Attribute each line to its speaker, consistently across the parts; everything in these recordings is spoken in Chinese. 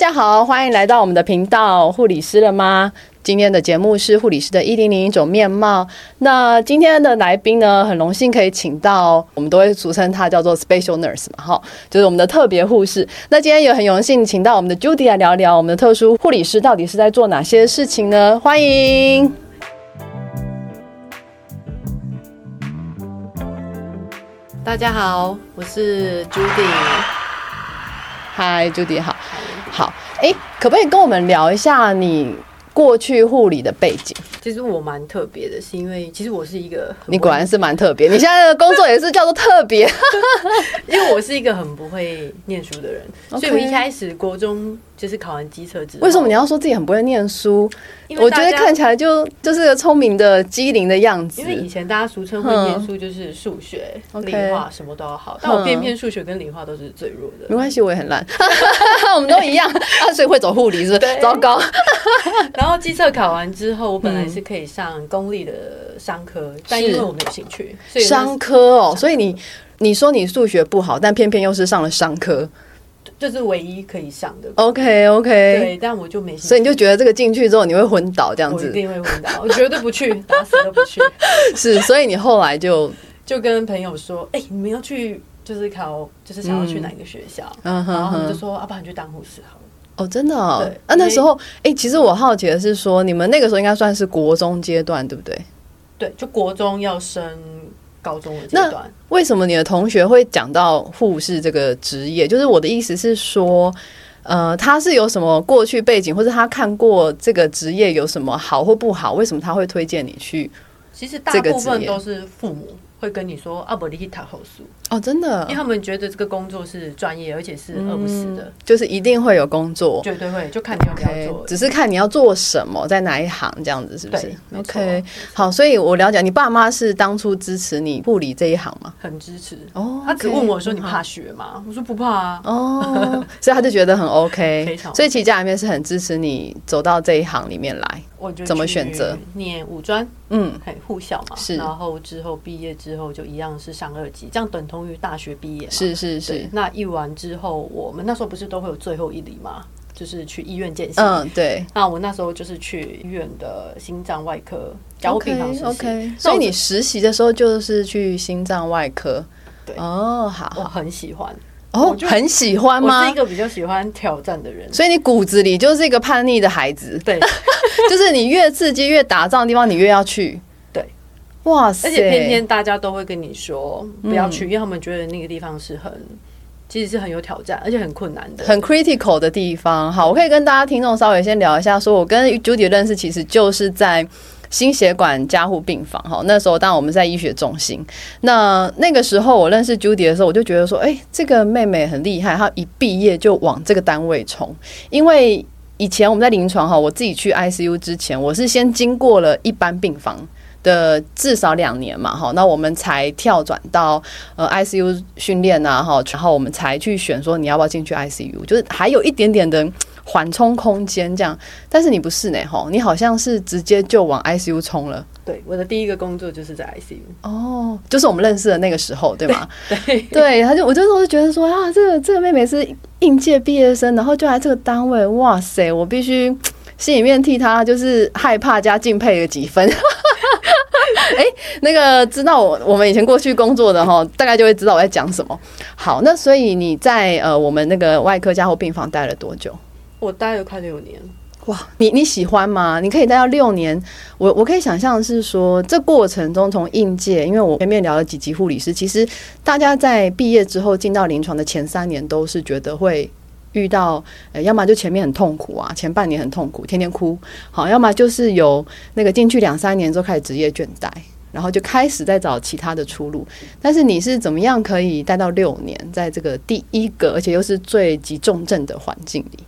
Speaker 1: 家好，欢迎来到我们的频道《护理师了吗》。今天的节目是护理师的一零零一种面貌。那今天的来宾呢，很荣幸可以请到，我们都会俗称她叫做 special nurse 嘛，哈，就是我们的特别护士。那今天也很荣幸请到我们的 Judy 来聊聊我们的特殊护理师到底是在做哪些事情呢？欢迎。
Speaker 2: 大家好，我是 Judy。
Speaker 1: 嗨，Judy 好，好，哎、可不可以跟我们聊一下你过去护理的背景？
Speaker 2: 其实我蛮特别的，是因为其实我是一个很
Speaker 1: 你
Speaker 2: 不
Speaker 1: 果然是蛮特别，你现在的工作也是叫做特别。
Speaker 2: 因为我是一个很不会念书 的人
Speaker 1: OK
Speaker 2: 所以我一开始国中就是考完机车之后，
Speaker 1: 为什么你要说自己很不会念书？
Speaker 2: 因为
Speaker 1: 我觉
Speaker 2: 大
Speaker 1: 得
Speaker 2: 家
Speaker 1: 看起来就就是个聪明的、机灵的样子
Speaker 2: 因。为以前大家俗称会
Speaker 1: 嗯
Speaker 2: 念书就是数学、
Speaker 1: OK
Speaker 2: 理化什么都要
Speaker 1: 嗯
Speaker 2: 好，但我偏偏数学跟理化都是最弱
Speaker 1: 没
Speaker 2: 的。
Speaker 1: 关系，我也很烂， 我们都一 样。啊，所以会走护理是不是？
Speaker 2: 对
Speaker 1: 糟糕。嗯
Speaker 2: 然后机测考完之后，我本来是可以上公立的商科，但因为我没有兴趣，所以
Speaker 1: 嗯商科哦，所以你你说你数学不好，但偏偏又是上了商科。
Speaker 2: 这是唯一可以上的。
Speaker 1: OK OK，
Speaker 2: 对，但我就没兴趣，
Speaker 1: 所以你就觉得这个进去之后你会昏倒这样
Speaker 2: 我一
Speaker 1: 子，
Speaker 2: 定会昏倒，我绝对不去， 打死都不去。
Speaker 1: 是，所以你后来就
Speaker 2: 就跟朋友说，哎、你们要去就是考，就是想要去哪个学校，
Speaker 1: 嗯
Speaker 2: 然
Speaker 1: 哼
Speaker 2: 后他们就
Speaker 1: 哼，
Speaker 2: 说，要、啊、不然你去当护士好了。
Speaker 1: 哦，真的哦
Speaker 2: 对
Speaker 1: 啊，那
Speaker 2: 因为
Speaker 1: 时候哎、其实我好奇的是说，你们那个时候应该算是国中阶段，对不对？
Speaker 2: 对，就国中要升高中的阶
Speaker 1: 那
Speaker 2: 段，
Speaker 1: 为什么你的同学会讲到护士这个职业？就是我的意思是说，呃，他是有什么过去背景，或者他看过这个职业有什么好或不好？为什么他会推荐你去？
Speaker 2: 其实大
Speaker 1: 这个
Speaker 2: 部
Speaker 1: 职
Speaker 2: 分
Speaker 1: 业
Speaker 2: 都是父母会跟你说，啊，不，你去考后数，
Speaker 1: 哦，真的
Speaker 2: 因为，他们觉得这个工作是专业，而且是
Speaker 1: 嗯
Speaker 2: 饿不死的，
Speaker 1: 就是一定会有工作。
Speaker 2: 绝对会，就看你要不
Speaker 1: OK，
Speaker 2: 要做。
Speaker 1: 只是看你要做什么，在哪一行这样子，是不是
Speaker 2: 对没错
Speaker 1: ？OK，好，所以我了解你爸妈是当初支持你护理这一行吗？
Speaker 2: 很支持
Speaker 1: 哦
Speaker 2: 他只
Speaker 1: OK，
Speaker 2: 问我说：“
Speaker 1: 很
Speaker 2: 你怕血吗？”我说：“不怕啊。
Speaker 1: 哦， 所以他就觉得很 OK，
Speaker 2: 非常
Speaker 1: 所以其实家里面是很支持你走到这一行里面来。”
Speaker 2: 我就
Speaker 1: 怎么
Speaker 2: 去
Speaker 1: 选择
Speaker 2: 念五专，
Speaker 1: 嗯，
Speaker 2: 嘿，护校嘛，
Speaker 1: 是
Speaker 2: 然后之后毕业之后就一样是上二级，这样等同于大学毕业嘛。
Speaker 1: 是是
Speaker 2: 对
Speaker 1: 是，，
Speaker 2: 那一完之后，我们那时候不是都会有最后一礼嘛，就是去医院见习。
Speaker 1: 嗯，对。
Speaker 2: 那我那时候就是去医院的心脏外科交护病房实
Speaker 1: OK
Speaker 2: 习
Speaker 1: OK，
Speaker 2: 那
Speaker 1: 所
Speaker 2: 我
Speaker 1: 以你实习的时候就是去心脏外科。
Speaker 2: 对
Speaker 1: 哦，好
Speaker 2: 我
Speaker 1: 好
Speaker 2: 很喜欢，
Speaker 1: 哦
Speaker 2: 我，就
Speaker 1: 很喜欢
Speaker 2: 我是
Speaker 1: 吗
Speaker 2: 一？个比较喜欢挑战的 人。
Speaker 1: 所以你骨子里就是一个叛逆的孩子，
Speaker 2: 对，
Speaker 1: 就是你越刺激、越打仗的地方，你越要去。
Speaker 2: 对，
Speaker 1: 哇塞！
Speaker 2: 而且偏偏大家都会跟你说不要
Speaker 1: 嗯
Speaker 2: 去，因为他们觉得那个地方是很，其实是很有挑战，而且很困难的。
Speaker 1: 很 critical 的地方。好，我可以跟大家听众稍微先聊一下，说我跟 Judy 认识其实就是在。心血管加护病房，哈，那时候当然我们在医学中心。那那个时候我认识 Judy 的时候，我就觉得说，哎、这个妹妹很厉害，她一毕业就往这个单位冲。因为以前我们在临床哈，我自己去 ICU 之前，我是先经过了一般病房的至少两年嘛，哈，那我们才跳转到呃 ICU 训练啊，哈，然后我们才去选说你要不要进去 ICU，就是还有一点点的嗯缓冲空间这样。但是你不是呢，哈，你好像是直接就往 ICU 冲了。
Speaker 2: 对，我的第一个工作就是在 ICU。
Speaker 1: 哦，就是我们认识的那个时候，对吗？ 对，他就我就我就觉得说啊，这个这个妹妹是应届毕业生，然后就来这个单位，哇塞，我必须心里面替她就是害怕加敬佩了几分。 哎、那个知道我我们以前过去工作的哈，大概就会知道我在讲什么。好，那所以你在呃我们那个外科加护病房待了多久？
Speaker 2: 我待了快六年，
Speaker 1: 哇，你你喜欢吗？你可以待到六年，我我可以想象是说，这过程中从应届，因为我前面聊了几级护理师，其实大家在毕业之后进到临床的前三年，都是觉得会遇到，呃，要么就前面很痛苦啊，前半年很痛苦，天天哭，好，要么就是有那个进去两三年之后开始职业倦怠，然后就开始在找其他的出路。但是你是怎么样可以待到六年，在这个第一个，而且又是最急重症的环境里？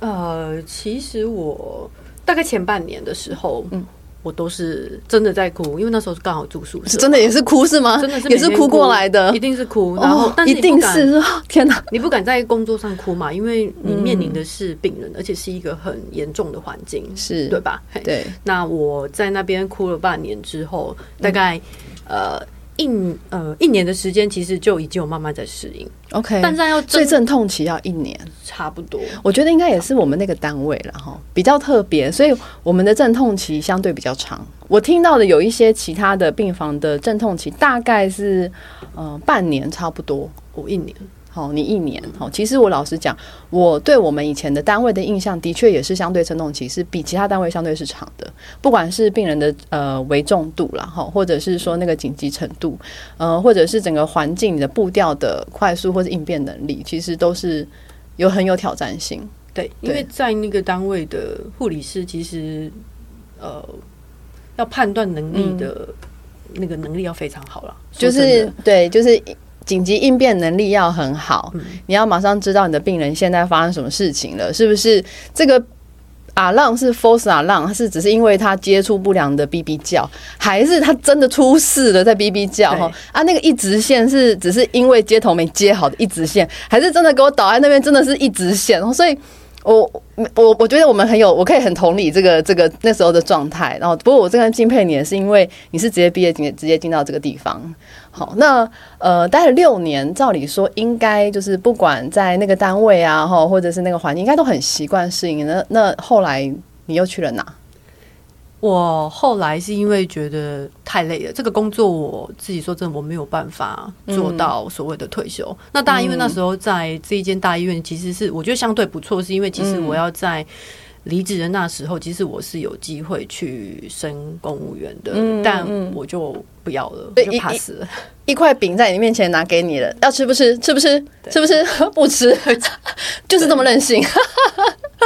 Speaker 2: 呃，其实我大概前半年的时候，嗯，我都是真的在哭，因为那时候刚好住宿舍，
Speaker 1: 是真的也是哭是吗？
Speaker 2: 真的是
Speaker 1: 也
Speaker 2: 每
Speaker 1: 是
Speaker 2: 天
Speaker 1: 哭过来的哦
Speaker 2: 一。定是哭，然后、但是
Speaker 1: 一
Speaker 2: 你
Speaker 1: 定
Speaker 2: 不敢
Speaker 1: 是哦天哪！
Speaker 2: 你不敢在工作上哭嘛，因为你面临
Speaker 1: 嗯
Speaker 2: 的是病人，而且是一个很严重的环境，
Speaker 1: 是
Speaker 2: 对吧？嘿
Speaker 1: 对，嗯
Speaker 2: 那我在那边哭了半年之后，大概、呃一呃一年的时间，其实就已经有慢慢在适应，
Speaker 1: OK，
Speaker 2: 但是要
Speaker 1: 最
Speaker 2: 真
Speaker 1: 阵痛期要一年。
Speaker 2: 差不多。
Speaker 1: 我觉得应该也是我们那个单位了哈，比较特别，所以我们的阵痛期相对比较长。我听到的有一些其他的病房的阵痛期大概是呃半年差不多。
Speaker 2: 我一年，
Speaker 1: 好，你一年好，其实我老实讲，我对我们以前的单位的印象，的确也是相对阵痛期是比其他单位相对是长的，不管是病人的呃危重度啦，哈，或者是说那个紧急程度，呃，或者是整个环境你的步调的快速或者应变能力，其实都是有很有挑战性。
Speaker 2: 对，因
Speaker 1: 对
Speaker 2: 为在那个单位的护理师，其实呃，要判断能力的、那个能力要非常好了，
Speaker 1: 就
Speaker 2: 说真
Speaker 1: 是
Speaker 2: 的
Speaker 1: 对，就是紧急应变能力要很好，
Speaker 2: 嗯
Speaker 1: 你要马上知道你的病人现在发生什么事情了，是不是？这个啊浪是 false 啊浪，它是只是因为他接触不良的哔哔叫，还是他真的出事了在哔哔叫
Speaker 2: 对
Speaker 1: 哈？啊，那个一直线是只是因为接头没接好的一直线，还是真的给我倒在那边真的是一直线？所以。我我我觉得我们很有，我可以很同理这个这个那时候的状态。然后，不过我真的敬佩你，的是因为你是直接毕业，直接直接进到这个地方。好，那呃，待了六年，照理说应该就是不管在那个单位啊，哈，或者是那个环境，应该都很习惯适应。那那后来你又去了哪？
Speaker 2: 我后来是因为觉得太累了，这个工作我自己说真的我没有办法做到所谓的退休。那当然，因为那时候在这一间大医院，其实是我觉得相对不错，是因为其实我要在离职的那时候，其实我是有机会去升公务员的，但我就不要了，
Speaker 1: 对
Speaker 2: 就
Speaker 1: 一
Speaker 2: 怕死了。
Speaker 1: 一块饼在你面前拿给你了，要吃不吃？吃不吃？吃不吃？不吃，就是这么任性。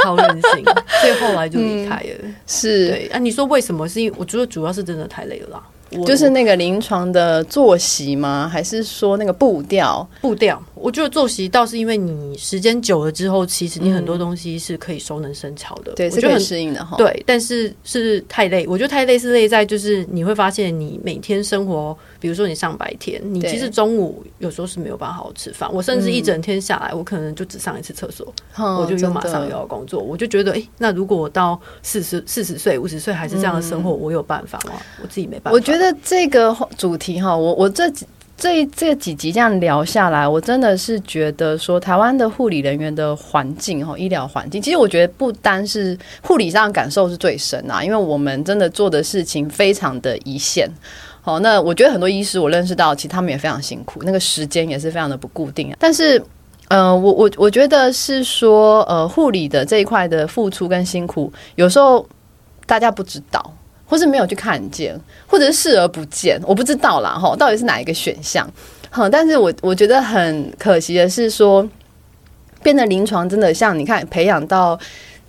Speaker 2: 超任 性，所以后来就离开了。
Speaker 1: 嗯是，
Speaker 2: 对啊，你说为什么？是因为我觉得主要是真的太累了啦，我
Speaker 1: 就是那个临床的作息吗？还是说那个步调？
Speaker 2: 步调。我觉得作息倒是因为你时间久了之后，其实你很多东西是可以熟能生巧的。
Speaker 1: 嗯对，
Speaker 2: 我
Speaker 1: 是
Speaker 2: 觉得
Speaker 1: 可以
Speaker 2: 很
Speaker 1: 适应的哈。
Speaker 2: 对，但是是太累。我觉得太累是累在就是你会发现你每天生活，比如说你上白天，你
Speaker 1: 对
Speaker 2: 其实中午有时候是没有办法好好吃饭。我甚至一整天下来，我可能就只上一次厕所。
Speaker 1: 嗯，
Speaker 2: 我就又
Speaker 1: 真
Speaker 2: 马
Speaker 1: 的
Speaker 2: 上又要工作，我就觉得，哎、那如果我到四十四十岁、五十岁还是这样的生活，我有办法吗？嗯我自己没办法。
Speaker 1: 我觉得这个主题哈，我我这几这这几集这样聊下来，我真的是觉得说，台湾的护理人员的环境哈，医疗环境，其实我觉得不单是护理上的感受是最深啊，因为我们真的做的事情非常的一线。好，那我觉得很多医师我认识到，其实他们也非常辛苦，那个时间也是非常的不固定、啊。但是，呃，我我我觉得是说，呃，护理的这一块的付出跟辛苦，有时候大家不知道，或是没有去看见，或者是视而不见，我不知道啦，哈，到底是哪一个选项？哼，但是我我觉得很可惜的是说，变得临床真的像你看培养到。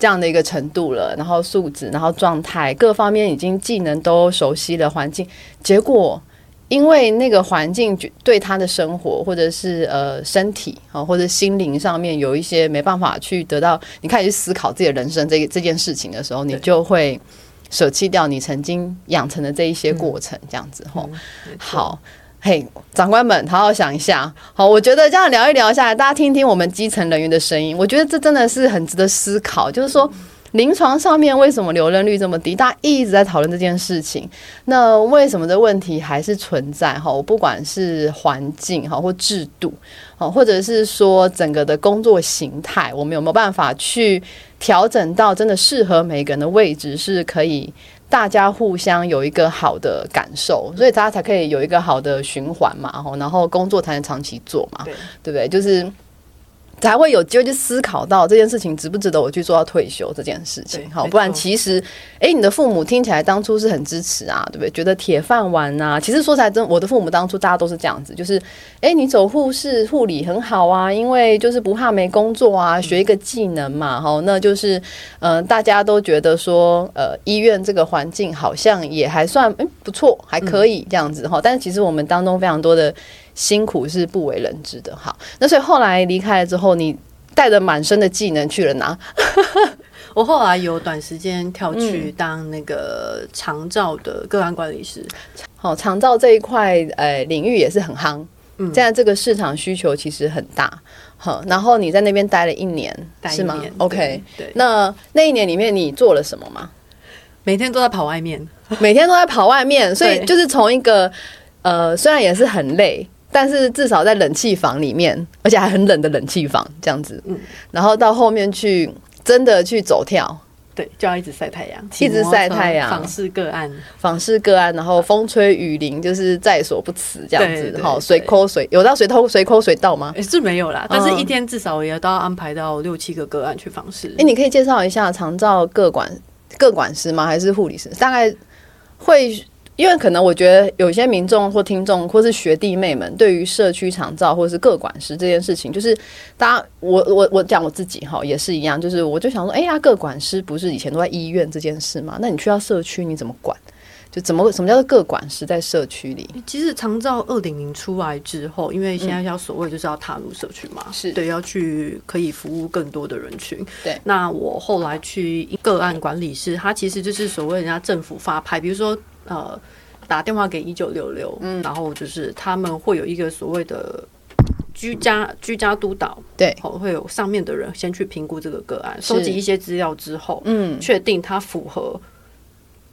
Speaker 1: 这样的一个程度了，然后素质，然后状态各方面已经技能都熟悉了，环境，结果因为那个环境决对他的生活或者是呃身体啊、哦或者心灵上面有一些没办法去得到，你开始去思考自己的人生这这件事情的时候，你
Speaker 2: 对
Speaker 1: 就会舍弃掉你曾经养成的这一些过程，这样子
Speaker 2: 哦
Speaker 1: 吼。
Speaker 2: 嗯没错，
Speaker 1: 好。嘿长官们，好好想一下。好，我觉得这样聊一聊下来，大家听听我们基层人员的声音，我觉得这真的是很值得思考。就是说，临床上面为什么留任率这么低？大家一直在讨论这件事情，那为什么这问题还是存在？哈，我不管是环境哈，或制度，哦，或者是说整个的工作形态，我们有没有办法去调整到真的适合每个人的位置，是可以大家互相有一个好的感受，所以大家才可以有一个好的循环嘛，吼然后工作才能长期做嘛，
Speaker 2: 对
Speaker 1: 对不对？就是才会有机会去思考到这件事情值不值得我去做到退休这件事情
Speaker 2: 对，
Speaker 1: 好，
Speaker 2: 没
Speaker 1: 不然
Speaker 2: 错
Speaker 1: 其实，诶，你的父母听起来当初是很支持啊，对不对？觉得铁饭碗啊，其实说起来真，我的父母当初大家都是这样子，就是，诶，你走护士护理很好啊，因为就是不怕没工作
Speaker 2: 嗯
Speaker 1: 啊，学一个技能嘛，哈，那就是，嗯、大家都觉得说，呃，医院这个环境好像也还算，嗯，不错，还可
Speaker 2: 嗯
Speaker 1: 以这样子哈，但是其实我们当中非常多的辛苦是不为人知的，好，那所以后来离开了之后，你带着满身的技能去了哪？
Speaker 2: 我后来有短时间跳去当那个长照的个案管理师，
Speaker 1: 好，长照这一块呃领域也是很夯，
Speaker 2: 嗯
Speaker 1: 现在这个市场需求其实很大。好，然后你在那边待了一年，
Speaker 2: 待一
Speaker 1: 是吗
Speaker 2: 年
Speaker 1: ？OK，
Speaker 2: 对对
Speaker 1: 那那一年里面你做了什么吗？
Speaker 2: 每天都在跑外面。
Speaker 1: 每天都在跑外面，所以
Speaker 2: 对
Speaker 1: 就是从一个。呃，虽然也是很累，但是至少在冷气房里面，而且还很冷的冷气房这样子。
Speaker 2: 嗯
Speaker 1: 然后到后面去真的去走跳，
Speaker 2: 对，就要一直晒太阳，
Speaker 1: 一直晒太阳
Speaker 2: 访视个案，
Speaker 1: 访视个案，然后风吹雨淋，就是在所不辞这样子
Speaker 2: 对。对
Speaker 1: 好，
Speaker 2: 对
Speaker 1: 随抠随有到随偷随抠随到吗？
Speaker 2: 也是没有啦，但是
Speaker 1: 嗯
Speaker 2: 一天至少也都要安排到六七个个案去访视
Speaker 1: 哎、。你可以介绍一下长照各管各管师吗？还是护理师？大概会，因为可能我觉得有些民众或听众或是学弟妹们，对于社区长照或是各管师这件事情，就是大家我我我讲我自己哈，也是一样，就是我就想说，哎、呀，各管师不是以前都在医院这件事吗？那你去到社区，你怎么管？就怎么什么叫做各管师在社区里？
Speaker 2: 其实长照二点零出来之后，因为现在要所谓就是要踏入社区嘛，
Speaker 1: 嗯是
Speaker 2: 对，要去可以服务更多的人群。
Speaker 1: 对
Speaker 2: 那我后来去个案管理室，它其实就是所谓人家政府发牌，比如说呃打电话给一九六六，
Speaker 1: 嗯
Speaker 2: 然后就是他们会有一个所谓的。居家居家督导，
Speaker 1: 对
Speaker 2: 哦，会有上面的人先去评估这个个案，收集一些资料之后，
Speaker 1: 嗯，
Speaker 2: 确定它符合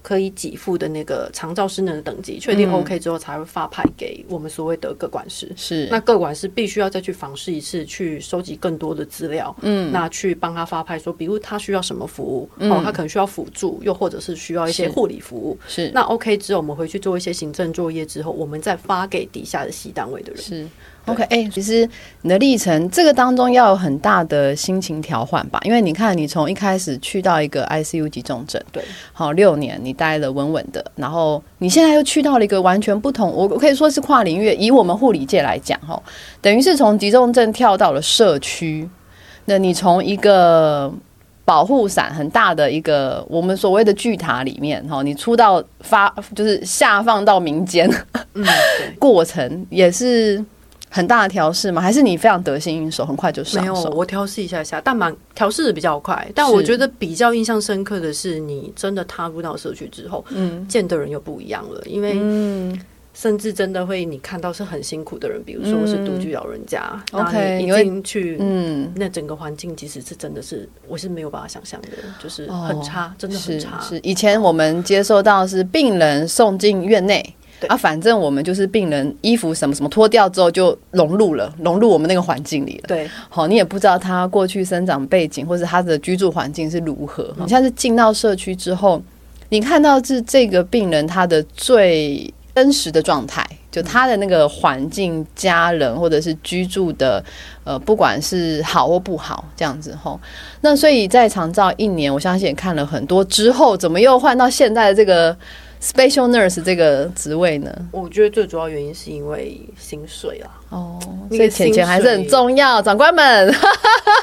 Speaker 2: 可以给付的那个长照失能的等级，确定
Speaker 1: 嗯
Speaker 2: OK 之后才会发牌给我们所谓的各管师。
Speaker 1: 是
Speaker 2: 那各管师必须要再去访视一次，去收集更多的资料，嗯，那去帮他发派说，比如他需要什么服务，哦，他可能需要辅助，又或者是需要一
Speaker 1: 嗯
Speaker 2: 些
Speaker 1: 是
Speaker 2: 护理服务。
Speaker 1: 是
Speaker 2: 那 OK 之后，我们回去做一些行政作业之后，我们再发给底下的系单位的人。
Speaker 1: 是，OK，哎、其实你的历程这个当中要有很大的心情调换吧，因为你看你从一开始去到一个 ICU 急重症，
Speaker 2: 对，
Speaker 1: 好六年你待了稳稳的，然后你现在又去到了一个完全不同，我我可以说是跨领域，以我们护理界来讲，哈，等于是从急重症跳到了社区，那你从一个保护伞很大的一个我们所谓的巨塔里面，哈，你出到发就是下放到民间，
Speaker 2: 嗯，对。
Speaker 1: 过程也是很大的调试吗？还是你非常得心应手，很快就上
Speaker 2: 没有，
Speaker 1: 手？
Speaker 2: 我调试一下下，但蛮调试的比较快。但我觉得比较印象深刻的是，你真的踏入到社区之后，嗯，见的人又不一样了，因为
Speaker 1: 嗯
Speaker 2: 甚至真的会你看到是很辛苦的人，比如说我是独居老人家，那
Speaker 1: OK，
Speaker 2: 你
Speaker 1: 你
Speaker 2: 一
Speaker 1: 会
Speaker 2: 进去，
Speaker 1: 嗯，
Speaker 2: 那整个环境其实是真的是我是没有办法想象的，就是
Speaker 1: 哦
Speaker 2: 很差，真的很
Speaker 1: 是
Speaker 2: 差。
Speaker 1: 是。以前我们接受到是病人送进院内。
Speaker 2: 对
Speaker 1: 啊，反正我们就是病人衣服什么什么脱掉之后就融入了，融入我们那个环境里了。
Speaker 2: 对，
Speaker 1: 好，你也不知道他过去生长背景或者他的居住环境是如何。你像是进到社区之后，你看到是这个病人他的最真实的状态，就他的那个环境、家人或者是居住的，呃，不管是好或不好，这样子吼。那所以在长照一年，我相信也看了很多之后，怎么又换到现在的这个 special nurse 这个职位呢？
Speaker 2: 我觉得最主要原因是因为薪水啊啦，
Speaker 1: 哦，
Speaker 2: 那
Speaker 1: 所以
Speaker 2: 个
Speaker 1: 钱
Speaker 2: 薪
Speaker 1: 钱还是很
Speaker 2: 水
Speaker 1: 重要，长官们。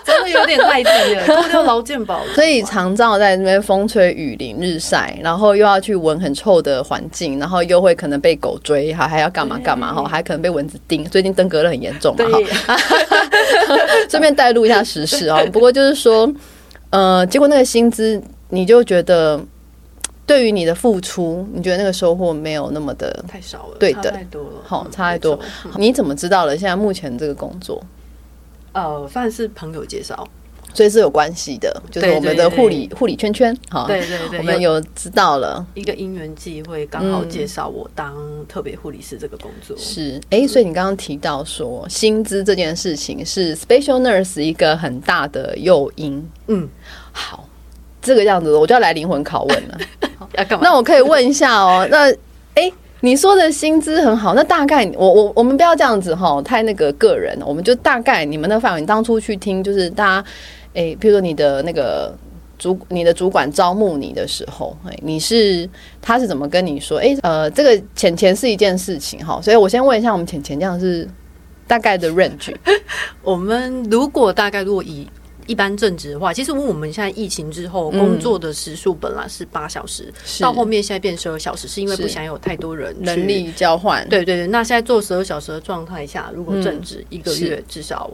Speaker 2: 真的有点太 低了，扣掉劳健保了，
Speaker 1: 所以长照在那边风吹雨淋日晒，然后又要去闻很臭的环境，然后又会可能被狗追，还还要干嘛干嘛哈，还可能被蚊子叮。最近登革热很严重嘛哈，
Speaker 2: 对。
Speaker 1: 顺便带入一下时事哦。不过就是说，呃，结果那个薪资，你就觉得嘖对于你的付出，你觉得那个收获没有那么的
Speaker 2: 太少了，
Speaker 1: 对
Speaker 2: 差
Speaker 1: 的
Speaker 2: 太多了，
Speaker 1: 好，
Speaker 2: 嗯
Speaker 1: 差太多
Speaker 2: 没错。
Speaker 1: 你怎么知道了现在目前这个工作？
Speaker 2: 呃，算是朋友介绍，
Speaker 1: 所以是有关系的，就是
Speaker 2: 对
Speaker 1: 我们
Speaker 2: 对
Speaker 1: 的护
Speaker 2: 对
Speaker 1: 理护理圈圈哈。
Speaker 2: 对对
Speaker 1: 哦
Speaker 2: 对，
Speaker 1: 我们
Speaker 2: 有
Speaker 1: 有知道了。
Speaker 2: 一个因缘际会，刚好介绍我当特别护理师这个工作。
Speaker 1: 是，哎、所以你刚刚提到说薪资这件事情是 special nurse 一个很大的诱因。
Speaker 2: 嗯，
Speaker 1: 好，这个样子我就要来灵魂拷问了。
Speaker 2: 要干嘛？
Speaker 1: 那我可以问一下哦，那哎、诶你说的薪资很好，那大概我我我们不要这样子哈，太那个个人，哦我们就大概你们的范围，你当初去听就是大家，哎、譬如说你的那个。主你的主管招募你的时候，哎，你是他是怎么跟你说？哎、呃，这个钱钱是一件事情哈，所以我先问一下，我们钱钱这样是大概的 range
Speaker 2: 我们如果大概如果以一般正职的话，其实我们现在疫情之后，
Speaker 1: 嗯
Speaker 2: 工作的时数本来是八小时，
Speaker 1: 是
Speaker 2: 到后面现在变十二小时，是因为
Speaker 1: 是
Speaker 2: 不想有太多人
Speaker 1: 人
Speaker 2: 去
Speaker 1: 力交换，
Speaker 2: 对对对，那现在做十二小时的状态下，如果
Speaker 1: 嗯
Speaker 2: 正职一个
Speaker 1: 是
Speaker 2: 月至少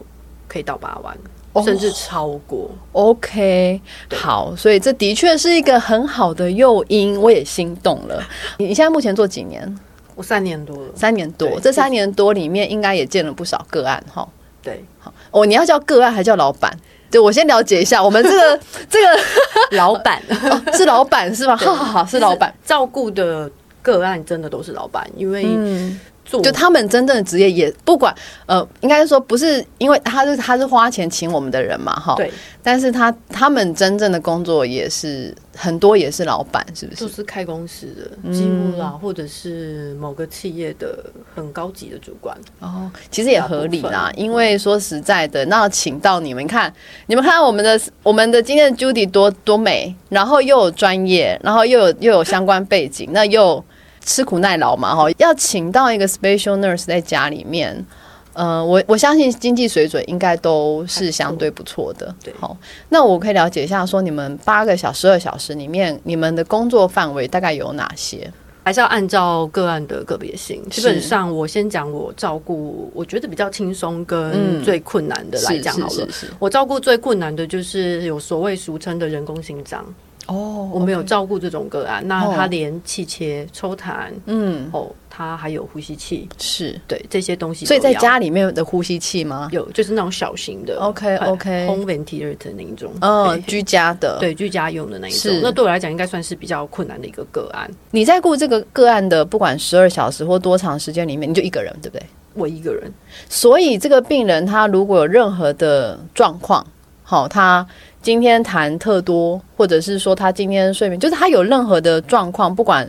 Speaker 2: 可以到八万，
Speaker 1: 哦
Speaker 2: 甚至超过。
Speaker 1: OK，好，所以这的确是一个很好的诱因，我也心动了。你你现在目前做几年？
Speaker 2: 我三年多了，
Speaker 1: 三年多，
Speaker 2: 对
Speaker 1: 这三年多里面应该也见了不少个案哈。
Speaker 2: 对，
Speaker 1: 哦，你要叫个案还叫老板？对，我先了解一下，我们这 个这个、
Speaker 2: 老板。
Speaker 1: 哦、是老板是吧？好好好，是老板。
Speaker 2: 照顾的个案真的都是老板，因为
Speaker 1: 嗯，
Speaker 2: 做，
Speaker 1: 就他们真正的职业也不管，呃，应该说不是因为他是他是花钱请我们的人嘛，哈，
Speaker 2: 对，
Speaker 1: 但是他他们真正的工作也是很多也是老板，是不？
Speaker 2: 就是是开公司
Speaker 1: 嗯
Speaker 2: 的几乎啦，或者是某个企业的很高级的主管，
Speaker 1: 哦，其实也合理
Speaker 2: 大
Speaker 1: 啦
Speaker 2: 部，分
Speaker 1: 因为说实在的，那请到你们看，你们看到我们的我们的今天的 Judy 多多美，然后又有专业，然后又有又有相关背景，那又吃苦耐劳嘛，哈，要请到一个 special nurse 在家里面。呃，我我相信经济水准应该都是相对不错的。
Speaker 2: 对
Speaker 1: 好，那我可以了解一下，说你们八个小时、二小时里面，你们的工作范围大概有哪些？
Speaker 2: 还是要按照个案的个别性。
Speaker 1: 是
Speaker 2: 基本上，我先讲我照顾，我觉得比较轻松
Speaker 1: 嗯
Speaker 2: 跟最困难的来讲好了
Speaker 1: 是。是是
Speaker 2: 我照顾最困难的就是有所谓俗称的人工心脏，
Speaker 1: 哦，
Speaker 2: 我没有
Speaker 1: OK
Speaker 2: 照顾这种个案。那
Speaker 1: 哦
Speaker 2: 他连气切、抽痰，
Speaker 1: 嗯
Speaker 2: 哦，他还有呼吸器，
Speaker 1: 是。
Speaker 2: 对这些东西都
Speaker 1: 所
Speaker 2: 要，
Speaker 1: 以在家里面的呼吸器吗？
Speaker 2: 有就是那种小型的
Speaker 1: OK，OK
Speaker 2: home ventilator 那一种，
Speaker 1: 嗯，
Speaker 2: 对
Speaker 1: 居家的。，
Speaker 2: 对居家用的那一
Speaker 1: 是
Speaker 2: 种。那对我来讲，应该算是比较困难的一个个案。
Speaker 1: 你在顾这个个案的，不管十二小时或多长时间里面，你就一个人，对不对？
Speaker 2: 我一个人，
Speaker 1: 所以这个病人他如果有任何的状况，好，他今天痰特多，或者是说他今天睡眠，就是他有任何的状况，不管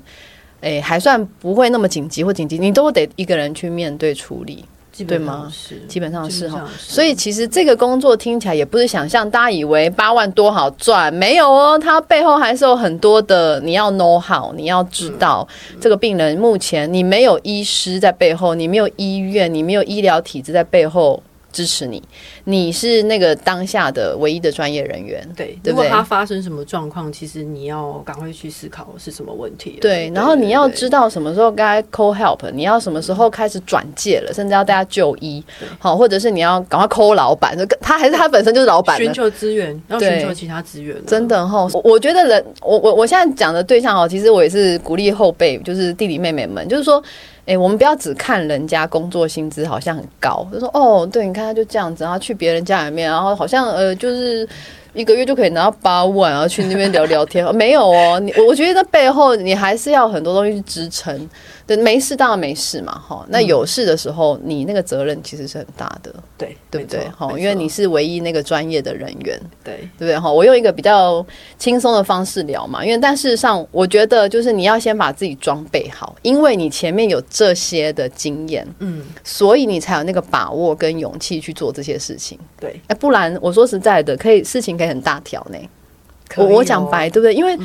Speaker 1: 诶、还算不会那么紧急或紧急，你都得一个人去面对处理。
Speaker 2: 基
Speaker 1: 对
Speaker 2: 本
Speaker 1: 吗
Speaker 2: 上是，
Speaker 1: 基本上是哈
Speaker 2: 基本上
Speaker 1: 所以其实这个工作听起来也不是想象大家以为八万多好赚，没有哦，它背后还是有很多的你要 know how，你要知道这个病人目前你没有医师在背后，你没有医院，你没有医疗体制在背后支持你，你是那个当下的唯一的专业人员。
Speaker 2: 对，
Speaker 1: 对
Speaker 2: 如
Speaker 1: 不
Speaker 2: 果
Speaker 1: 对
Speaker 2: 他发生什么状况，其实你要赶快去思考是什么问题了。
Speaker 1: 对，然后你要知
Speaker 2: 道，
Speaker 1: 道什么时候该 call help，你要什么时候开始转介了，甚至要带他就医，好，或者是你要赶快 call 老板，就他还是他本身就是老板了
Speaker 2: 寻求资源，要
Speaker 1: 对
Speaker 2: 寻求其他资源了。
Speaker 1: 真的哈，我我觉得人，我我我现在讲的对象哦，其实我也是鼓励后辈，就是弟弟妹妹们，就是说，哎、我们不要只看人家工作薪资好像很高，就说哦，对，你看他就这样子，然后去别人家里面，然后好像呃，就是一个月就可以拿到八万，然后去那边聊聊天， 没有哦，你我我觉得背后你还是要很多东西去支撑，对，没事当然没事嘛，哈，
Speaker 2: 嗯
Speaker 1: 那有事的时候，你那个责任其实是很大的，
Speaker 2: 对，
Speaker 1: 对不对？哈，
Speaker 2: 好，
Speaker 1: 因为
Speaker 2: 没
Speaker 1: 你
Speaker 2: 错
Speaker 1: 是唯一那个专业的人员。
Speaker 2: 对
Speaker 1: 对不对？哈，我用一个比较轻松的方式聊嘛，因为但事实上，我觉得就是你要先把自己装备好，因为你前面有这些的经验，
Speaker 2: 嗯
Speaker 1: 所以你才有那个把握跟勇气去做这些事情。
Speaker 2: 对，
Speaker 1: 哎，不然我说实在的，可以事情可以很大条呢。
Speaker 2: 可
Speaker 1: 我
Speaker 2: 以
Speaker 1: 我
Speaker 2: 哦
Speaker 1: 讲白，对不对？因为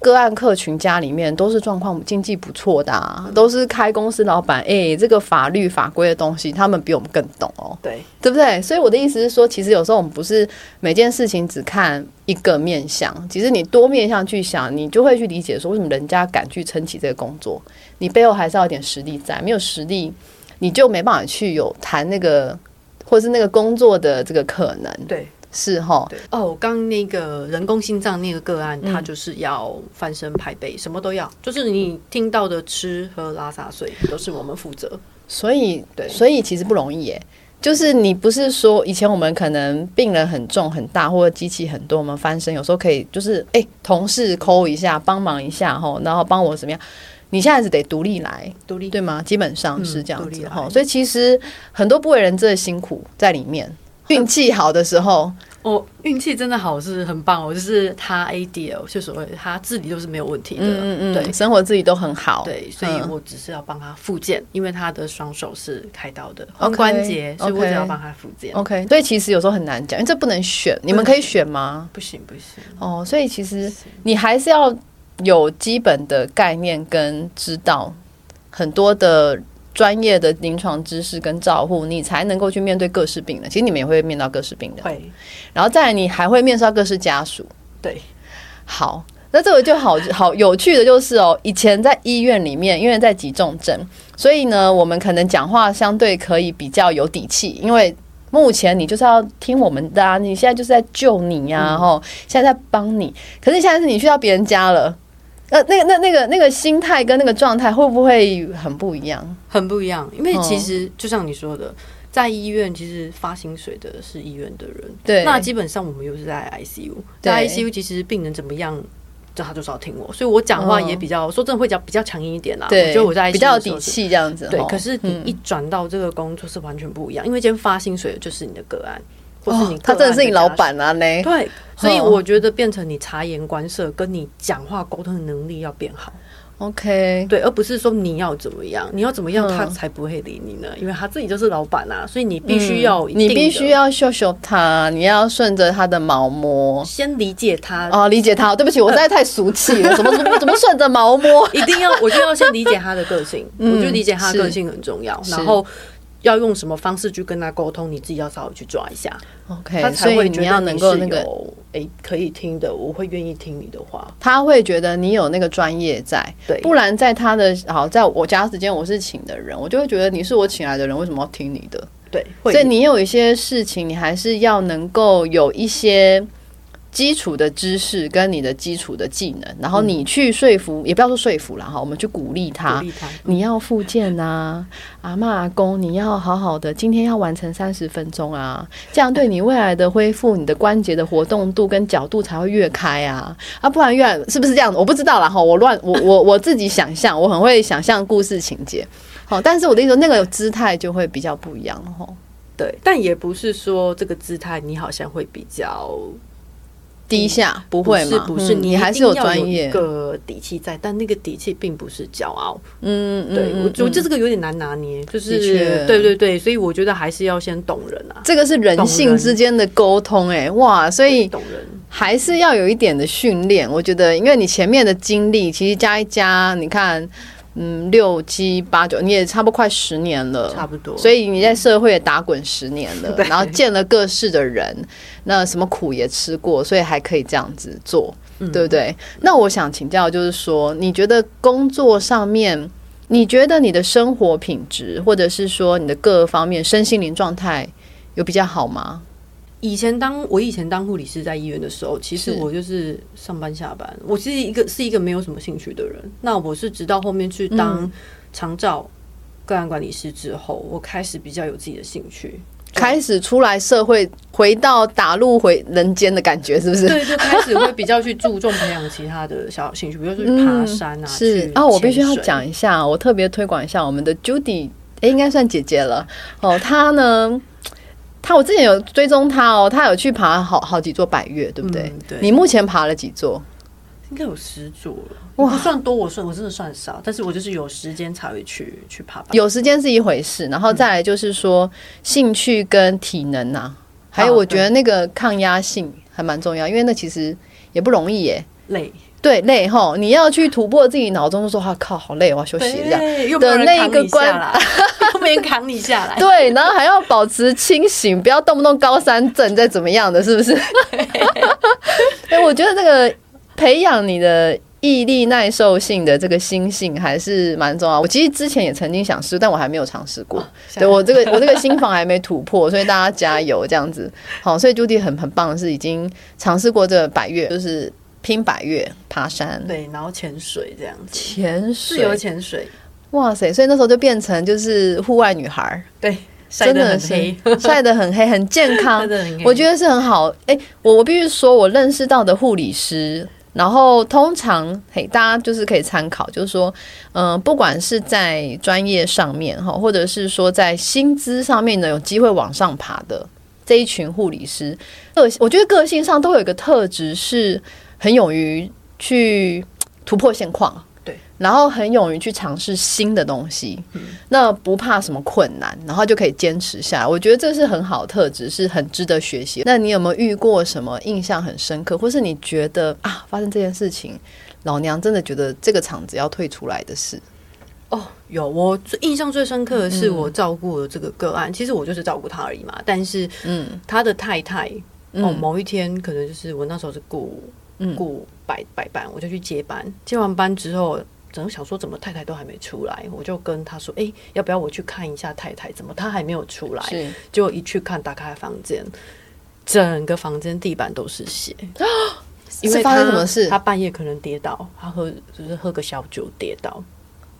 Speaker 1: 个案客群家里面都是状况经济不错的、啊，都是开公司老板，哎，这个法律法规的东西，他们比我们更懂哦。
Speaker 2: 对
Speaker 1: 对不对？所以我的意思是说，其实有时候我们不是每件事情只看一个面相，其实你多面相去想，你就会去理解说为什么人家敢去撑起这个工作，你背后还是要有点实力在，没有实力你就没办法去有谈那个或是那个工作的这个可能，
Speaker 2: 对
Speaker 1: 是哈？
Speaker 2: 对。嗯哦，刚那个人工心脏那个个案，他就是要翻身拍背，什么都要，就是你听到的吃喝拉撒睡都是我们负责。
Speaker 1: 所以
Speaker 2: 对
Speaker 1: 所以其实不容易耶。就是你不是说以前我们可能病人很重很大，或者机器很多，我们翻身有时候可以就是哎、同事抠一下，帮忙一下吼，然后帮我怎么样？你现在是得独立来，
Speaker 2: 独立嗯
Speaker 1: 对吗？基本上是这样
Speaker 2: 独
Speaker 1: 子
Speaker 2: 立来
Speaker 1: 哈、吼所以其实很多不为人知的辛苦在里 面。运气好的时候，
Speaker 2: 我哦运气真的好，是很棒哦。就是他 ADL，就所谓他自理都是没有问题的，
Speaker 1: 嗯嗯
Speaker 2: 对
Speaker 1: 嗯，生活自己都很好，
Speaker 2: 对，所以我只是要帮他复健，因为他的双手是开刀的，
Speaker 1: OK，
Speaker 2: 髋关节，所以
Speaker 1: OK
Speaker 2: 我只要帮他复健。
Speaker 1: OK。所以其实有时候很难讲，因为这不能选。你
Speaker 2: 嗯
Speaker 1: 们可以选吗？
Speaker 2: 不行不行，
Speaker 1: 哦，所以其实你还是要有基本的概念跟知道很多的专业的临床知识跟照护，你才能够去面对各式病人。其实你们也会面到各式病人，
Speaker 2: 会
Speaker 1: 然后再来你还会面到各式家属。
Speaker 2: 对
Speaker 1: 好，那这个就好好有趣的就是哦，以前在医院里面，因为在急重症，所以呢，我们可能讲话相对可以比较有底气，因为。目前你就是要听我们的啊，你现在就是在救你呀、啊，
Speaker 2: 嗯
Speaker 1: 吼、现在在帮你。可是现在是你去到别人家了，呃，那个、那、那个、那个心态跟那个状态会不会很不一样？
Speaker 2: 很不一样，因为
Speaker 1: 嗯
Speaker 2: 其实就像你说的，在医院其实发薪水的是医院的人，
Speaker 1: 对，
Speaker 2: 那基本上我们又是在 ICU，在
Speaker 1: 对
Speaker 2: ICU 其实病人怎么样，就他就是要听我，所以我讲话也比较、说真的会讲比较强硬一点啦。啊我
Speaker 1: 嗯对，
Speaker 2: 觉得我在
Speaker 1: 比较有底
Speaker 2: 新的时候是
Speaker 1: 气哦嗯这样子。
Speaker 2: 对
Speaker 1: 吼，
Speaker 2: 可是你一转到这个工作是完全不一样，因为今天发薪水的就是你的个案，或是你、
Speaker 1: 哦，他真的是你老。板啊嘞。
Speaker 2: 对，所以
Speaker 1: 嗯
Speaker 2: 我觉得变成你察言观色，跟你讲话沟通的能力要变好，
Speaker 1: OK，
Speaker 2: 对，而不是说你要怎么样，你要怎么样，
Speaker 1: 嗯
Speaker 2: 他才不会理你呢？因为他自己就是老板啊，所以你必须要有一
Speaker 1: 嗯
Speaker 2: 定
Speaker 1: 你
Speaker 2: 的
Speaker 1: 必须要秀秀他，你要顺着他的毛 摸。
Speaker 2: 先理解他，
Speaker 1: 哦，理解他。对不起，我实在太俗气了，怎么怎么怎么顺着毛 摸？
Speaker 2: 一定要，我就要先理解他的 个性，我觉得理解他的个性很重要，
Speaker 1: 嗯是
Speaker 2: 然后要用什么方式去跟他沟通，你自己要稍微去抓一下。他
Speaker 1: OK，所
Speaker 2: 才
Speaker 1: 以
Speaker 2: 会
Speaker 1: 你
Speaker 2: 觉
Speaker 1: 要
Speaker 2: 得
Speaker 1: 能
Speaker 2: 你
Speaker 1: 够
Speaker 2: 是
Speaker 1: 那个，
Speaker 2: 有诶可以听的，我会愿意听你的话。
Speaker 1: 他会觉得你有那个专业在，
Speaker 2: 对
Speaker 1: 不然在他的好，在我家时间我是请的人，我就会觉得你是我请来的人，为什么要听你的？
Speaker 2: 对，会
Speaker 1: 所以你有一些事情，你还是要能够有一些基础的知识跟你的基础的技能，然后
Speaker 2: 嗯
Speaker 1: 你去说服，也不要说说服啦，哈，我们去鼓励他，
Speaker 2: 鼓励他。
Speaker 1: 你要复健啊，阿嬷阿公，你要好好的，今天要完成三十分钟啊，这样对你未来的恢复、你的关节的活动度跟角度才会越开啊，啊，不然越来是不是这样？我不知道啦，哈，我乱，我我我自己想象，我很会想象故事情节，好，但是我的意思说，那个姿态就会比较不一样了，哈，
Speaker 2: 对，但也不是说这个姿态你好像会比较
Speaker 1: 低下不会
Speaker 2: 是
Speaker 1: 嘛？
Speaker 2: 嗯不是？
Speaker 1: 嗯
Speaker 2: 一
Speaker 1: 你还是
Speaker 2: 定要
Speaker 1: 专
Speaker 2: 一
Speaker 1: 业，
Speaker 2: 个底气在，但那个底气并不是骄傲。
Speaker 1: 嗯嗯，
Speaker 2: 对，
Speaker 1: 嗯
Speaker 2: 我觉得
Speaker 1: 嗯
Speaker 2: 这个有点难拿捏，就是
Speaker 1: 的确
Speaker 2: 对对对，所以我觉得还是要先懂人啊，
Speaker 1: 这个是人性之间的沟通、哎，哇，所以。
Speaker 2: 懂人。
Speaker 1: 还是要有一点的训练。我觉得，因为你前面的经历，其实加一加，你看，嗯，六七八九，你也差不多快十年了，
Speaker 2: 差不多
Speaker 1: 呃所以你在社会也打滚十年 了，然后见了各式的人，那什么苦也吃过，所以还可以这样子做，
Speaker 2: 嗯
Speaker 1: 对不对？那我想请教，就是说，你觉得工作上面？你觉得你的生活品质，或者是说你的各方面身心灵状态有比较好吗？
Speaker 2: 以前当我以前当护理师在医院的时候，其实我就是上班下班，我是一个是一个没有什么兴趣的人。那我是直到后面去当
Speaker 1: 嗯
Speaker 2: 长照个案管理师之后，我开始比较有自己的兴趣，
Speaker 1: 开始出来社会，回到打入回人间的感觉，是不是？
Speaker 2: 对，就开始会比较去注重培养其他的小兴趣，比如说去爬山啊，
Speaker 1: 是
Speaker 2: 去
Speaker 1: 啊，我必须要
Speaker 2: 潜水
Speaker 1: 讲一下，我特别推广一下我们的 Judy，哎、应该算姐姐了哦。她呢，她我之前有追踪她哦，她有去爬好好几座百岳，对不对？
Speaker 2: 嗯对
Speaker 1: 你目前爬了几座？
Speaker 2: 应该有十座了，我不算多，我算我真的算少，但是我就是有时间才会去去爬吧。
Speaker 1: 有时间是一回事，然后再来就是说、兴趣跟体能呐、还有
Speaker 2: 啊
Speaker 1: 我觉得那个抗压性还蛮重要，因为那其实也不容易耶、
Speaker 2: 累，
Speaker 1: 对，累吼，你要去突破自己脑中就说“哇靠，好累，我要休息一下”
Speaker 2: 对，又没有
Speaker 1: 的
Speaker 2: 人
Speaker 1: 那
Speaker 2: 扛
Speaker 1: 个
Speaker 2: 你下
Speaker 1: 关。
Speaker 2: 来， 又没人扛你下来。
Speaker 1: 对，然后还要保持清醒，不要动不动高山症再怎么样的，是不是？ 哎，我觉得这个培养你的毅力、耐受性的这个心性还是蛮重要。我其实之前也曾经想试，但我还没有尝试过。对我这个我这个心房还没突破，所以大家加油这样子。好，所以 Judy 很很棒的是已经尝试过这个百越，就是拼百越、爬山、
Speaker 2: 对，然后潜水这样子，
Speaker 1: 潜
Speaker 2: 自由
Speaker 1: 水。
Speaker 2: 潜水，
Speaker 1: 哇塞！所以那时候就变成就是户外女孩儿，
Speaker 2: 对，晒
Speaker 1: 真
Speaker 2: 得
Speaker 1: 的
Speaker 2: 很
Speaker 1: 是
Speaker 2: 黑，
Speaker 1: 晒得很黑，很健康
Speaker 2: 真。的很黑。
Speaker 1: 我觉得是很好。哎、我我必须说，我认识到的护理师，然后通常嘿，大家就是可以参考，就是说，嗯、不管是在专业上面哈，或者是说在薪资上面呢，有机会往上爬的这一群护理师，个我觉得个性上都有一个特质是很勇于去突破现况。
Speaker 2: 对，
Speaker 1: 然后很勇于去尝试新的东西，那不怕什么困难，然后就可以坚持下来。我觉得这是很好的特质，是很值得学习。那你有没有遇过什么印象很深刻，或是你觉得啊，发生这件事情，老娘真的觉得这个厂子要退出来的事？
Speaker 2: 哦，有我最印象最深刻的是我照顾的这个个案，其实我就是照顾他而已嘛。但是，嗯，他的太太，哦，某一天可能就是我那时候是顾顾百百班，我就去接班，接完班之后。整个想说怎么太太都还没出来，我就跟他说：“哎、要不要我去看一下太太？怎么她还没有出来？”
Speaker 1: 是
Speaker 2: 结果一去看，打开房间，整个房间地板都是血。因为
Speaker 1: 发生
Speaker 2: 他
Speaker 1: 什么事
Speaker 2: 他半夜可能跌倒，他喝就是喝个小酒跌倒，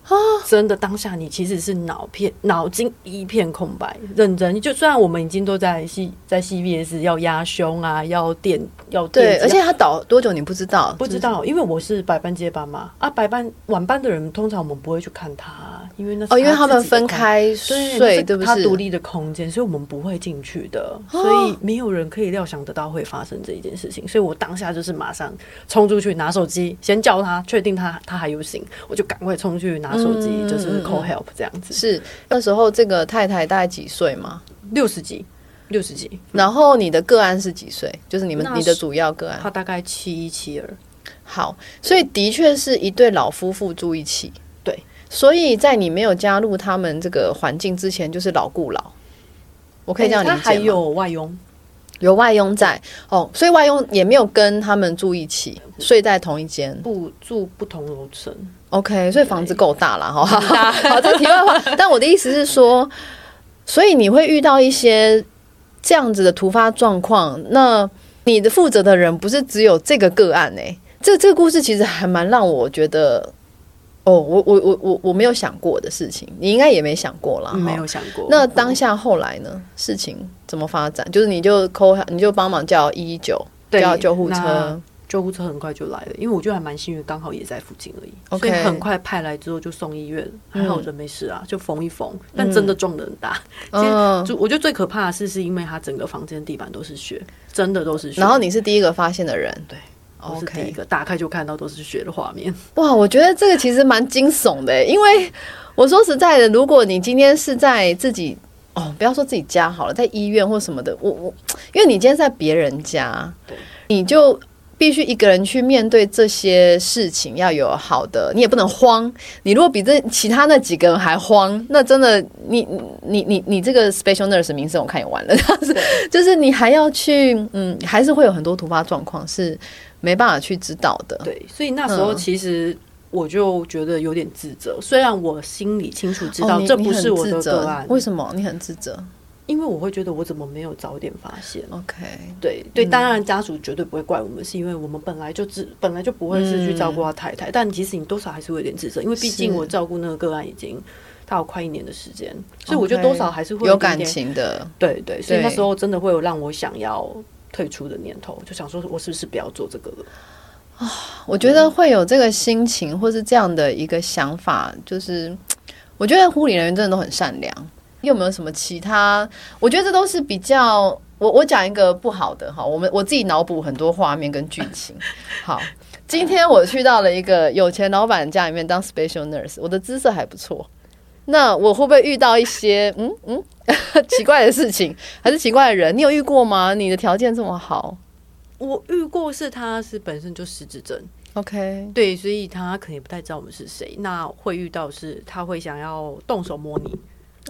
Speaker 1: 啊
Speaker 2: 真的当下你其实是脑片脑筋一片空白，认真。就虽然我们已经都在 C 在 CVS 要压胸啊，要垫要
Speaker 1: 对
Speaker 2: 垫，子啊
Speaker 1: 而且他倒多久你不知道，
Speaker 2: 不知道，因为我是白班接班嘛，啊，白班晚班的人通常我们不会去看他，啊因为那是
Speaker 1: 哦，因为他
Speaker 2: 自
Speaker 1: 们
Speaker 2: 己的
Speaker 1: 分
Speaker 2: 空间
Speaker 1: 开睡，
Speaker 2: 对，
Speaker 1: 对
Speaker 2: 对
Speaker 1: 不
Speaker 2: 不
Speaker 1: 是？哦
Speaker 2: 是它独立的空间，所以我们不会进去的，所以没有人可以料想得到会发生这一件事情。所以我当下就是马上冲出去拿手机，先叫他，确定他他还有醒，我就赶快冲去拿手机，
Speaker 1: 嗯
Speaker 2: 就是 call
Speaker 1: 嗯
Speaker 2: help 这样子。
Speaker 1: 是那时候这个太太大概几岁嘛？
Speaker 2: 六十几，六十几，
Speaker 1: 然后你的个案是几岁？就是你们
Speaker 2: 那
Speaker 1: 你的
Speaker 2: 是
Speaker 1: 主要个案。
Speaker 2: 他大概七一七二，
Speaker 1: 好，所以的确是一对老夫妇住一起。
Speaker 2: 对，
Speaker 1: 所以在你没有加入他们这个环境之前，就是老顾老。我
Speaker 2: 我
Speaker 1: 可以这样理解
Speaker 2: 哎他
Speaker 1: 吗？
Speaker 2: 还有外佣，
Speaker 1: 有外佣在哦，所以外佣也没有跟他们住一起，睡在同一间。
Speaker 2: 不住不同楼层，
Speaker 1: OK，所以房子够大了哈。好， 好这题外话，但我的意思是说，所以你会遇到一些这样子的突发状况，那你的负责的人不是只有这个个案哎、这这个故事其实还蛮让我觉得，哦，我我我我我没有想过的事情，你应该也没想过啦，哈
Speaker 2: 没有。想过。
Speaker 1: 哦那当下后来呢？事情怎么发展？就是你就扣，你就帮忙叫一一九，
Speaker 2: 对
Speaker 1: 叫救护车
Speaker 2: 那。救护车很快就来了，因为我觉得还蛮幸运，刚好也在附近而已
Speaker 1: OK 嗯
Speaker 2: 所以很快派来之后就送医院，还好人没事啊，就缝一缝，但真的撞得很大。今天
Speaker 1: 嗯，
Speaker 2: 就我觉得最可怕的是，是因为他整个房间地板都是血，真的都是血。
Speaker 1: 然后你是第一个发现的人，
Speaker 2: 对我是
Speaker 1: OK，嗯
Speaker 2: 第一个打开就看到都是血的画面，
Speaker 1: 哇，我觉得这个其实蛮惊悚的欸，因为我说实在的，如果你今天是在自己哦，不要说自己家好了，在医院或什么的，我我，因为你今天在别人家
Speaker 2: 对，
Speaker 1: 你就。必须一个人去面对这些事情，要有好的，你也不能慌。你如果比这其他那几个人还慌，那真的你你你你这个 special nurse 名声我看也完了，就是就是你还要去嗯，还是会有很多突发状况是没办法去知道的。
Speaker 2: 对，所以那时候
Speaker 1: 嗯
Speaker 2: 其实。我就觉得有点自责，虽然我心里清楚知道、
Speaker 1: 哦你
Speaker 2: 这
Speaker 1: 你
Speaker 2: 不
Speaker 1: 很
Speaker 2: 是我
Speaker 1: 自
Speaker 2: 的
Speaker 1: 责
Speaker 2: 个案，
Speaker 1: 为什么你很自责
Speaker 2: 因为我会觉得我怎么没有早点发现。
Speaker 1: ？OK，
Speaker 2: 对对，当然家属绝对不会怪我们，是因为我们本来就只本来就不会是去照顾他太太，但其实你多少还是会有点自责，因为毕竟
Speaker 1: 是
Speaker 2: 我照顾那个个案已经大概快一年的时间，所以我觉得
Speaker 1: OK，
Speaker 2: 多少还是会
Speaker 1: 有
Speaker 2: 一点
Speaker 1: 感
Speaker 2: 点。
Speaker 1: 情的，
Speaker 2: 对对，所以
Speaker 1: 对
Speaker 2: 那时候真的会有让我想要退出的念头，就想说我是不是不要做这个了？
Speaker 1: 我觉得会有这个心情或是这样的一个想法，就是我觉得护理人员真的都很善良。你有没有什么其他？我觉得这都是比较我我讲一个不好的哈，我们我自己脑补很多画面跟剧情。好，今天我去到了一个有钱老板家里面当 special nurse，我的姿色还不错。那我会不会遇到一些嗯嗯 奇怪的事情，还是奇怪的人？你有遇过吗？你的条件这么好
Speaker 2: 我遇过是他是本身就失智症，
Speaker 1: ，OK，
Speaker 2: 对，所以他可能也不太知道我们是谁，那会遇到是他会想要动手摸你，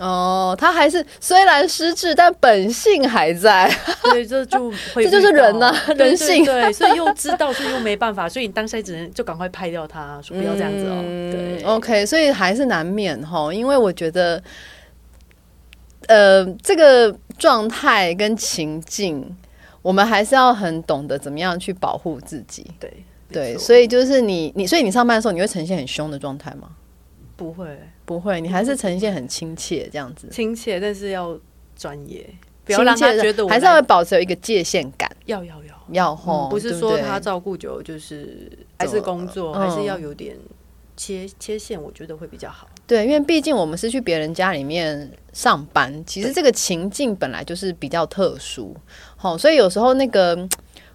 Speaker 1: 哦，他还是虽然失智，但本性还在。
Speaker 2: 对，这就 会
Speaker 1: 这就是
Speaker 2: 遇到
Speaker 1: 人呐
Speaker 2: 对
Speaker 1: 人
Speaker 2: 对
Speaker 1: 性
Speaker 2: 对，所以又知道，所以又没办法，所以你当下只能就赶快拍掉他，说不要这样子哦。
Speaker 1: 嗯
Speaker 2: 对
Speaker 1: OK，所以还是难免哈，因为我觉得，呃，这个状态跟情境，我们还是要很懂得怎么样去保护自己。
Speaker 2: 对
Speaker 1: 对，
Speaker 2: 以
Speaker 1: 所以就是你，你，所以你上班的时候，你会呈现很凶的状态吗？
Speaker 2: 不会
Speaker 1: 不会，你还是呈现很亲切这样子。
Speaker 2: 亲切，但是要专业，不
Speaker 1: 亲
Speaker 2: 要让他
Speaker 1: 切的
Speaker 2: 觉得我
Speaker 1: 还是
Speaker 2: 来
Speaker 1: 要保持有一个界限感，
Speaker 2: 要要要，
Speaker 1: 要吼、
Speaker 2: 嗯不是
Speaker 1: 对
Speaker 2: 说
Speaker 1: 对
Speaker 2: 他照顾久了就是还
Speaker 1: 怎
Speaker 2: 是
Speaker 1: 么
Speaker 2: 工作，
Speaker 1: 嗯
Speaker 2: 还是要有点切切线，我觉得会比较好。
Speaker 1: 对，因为毕竟我们是去别人家里面上班，其实这个情境本来就是比较特殊，好、所以有时候那个嗯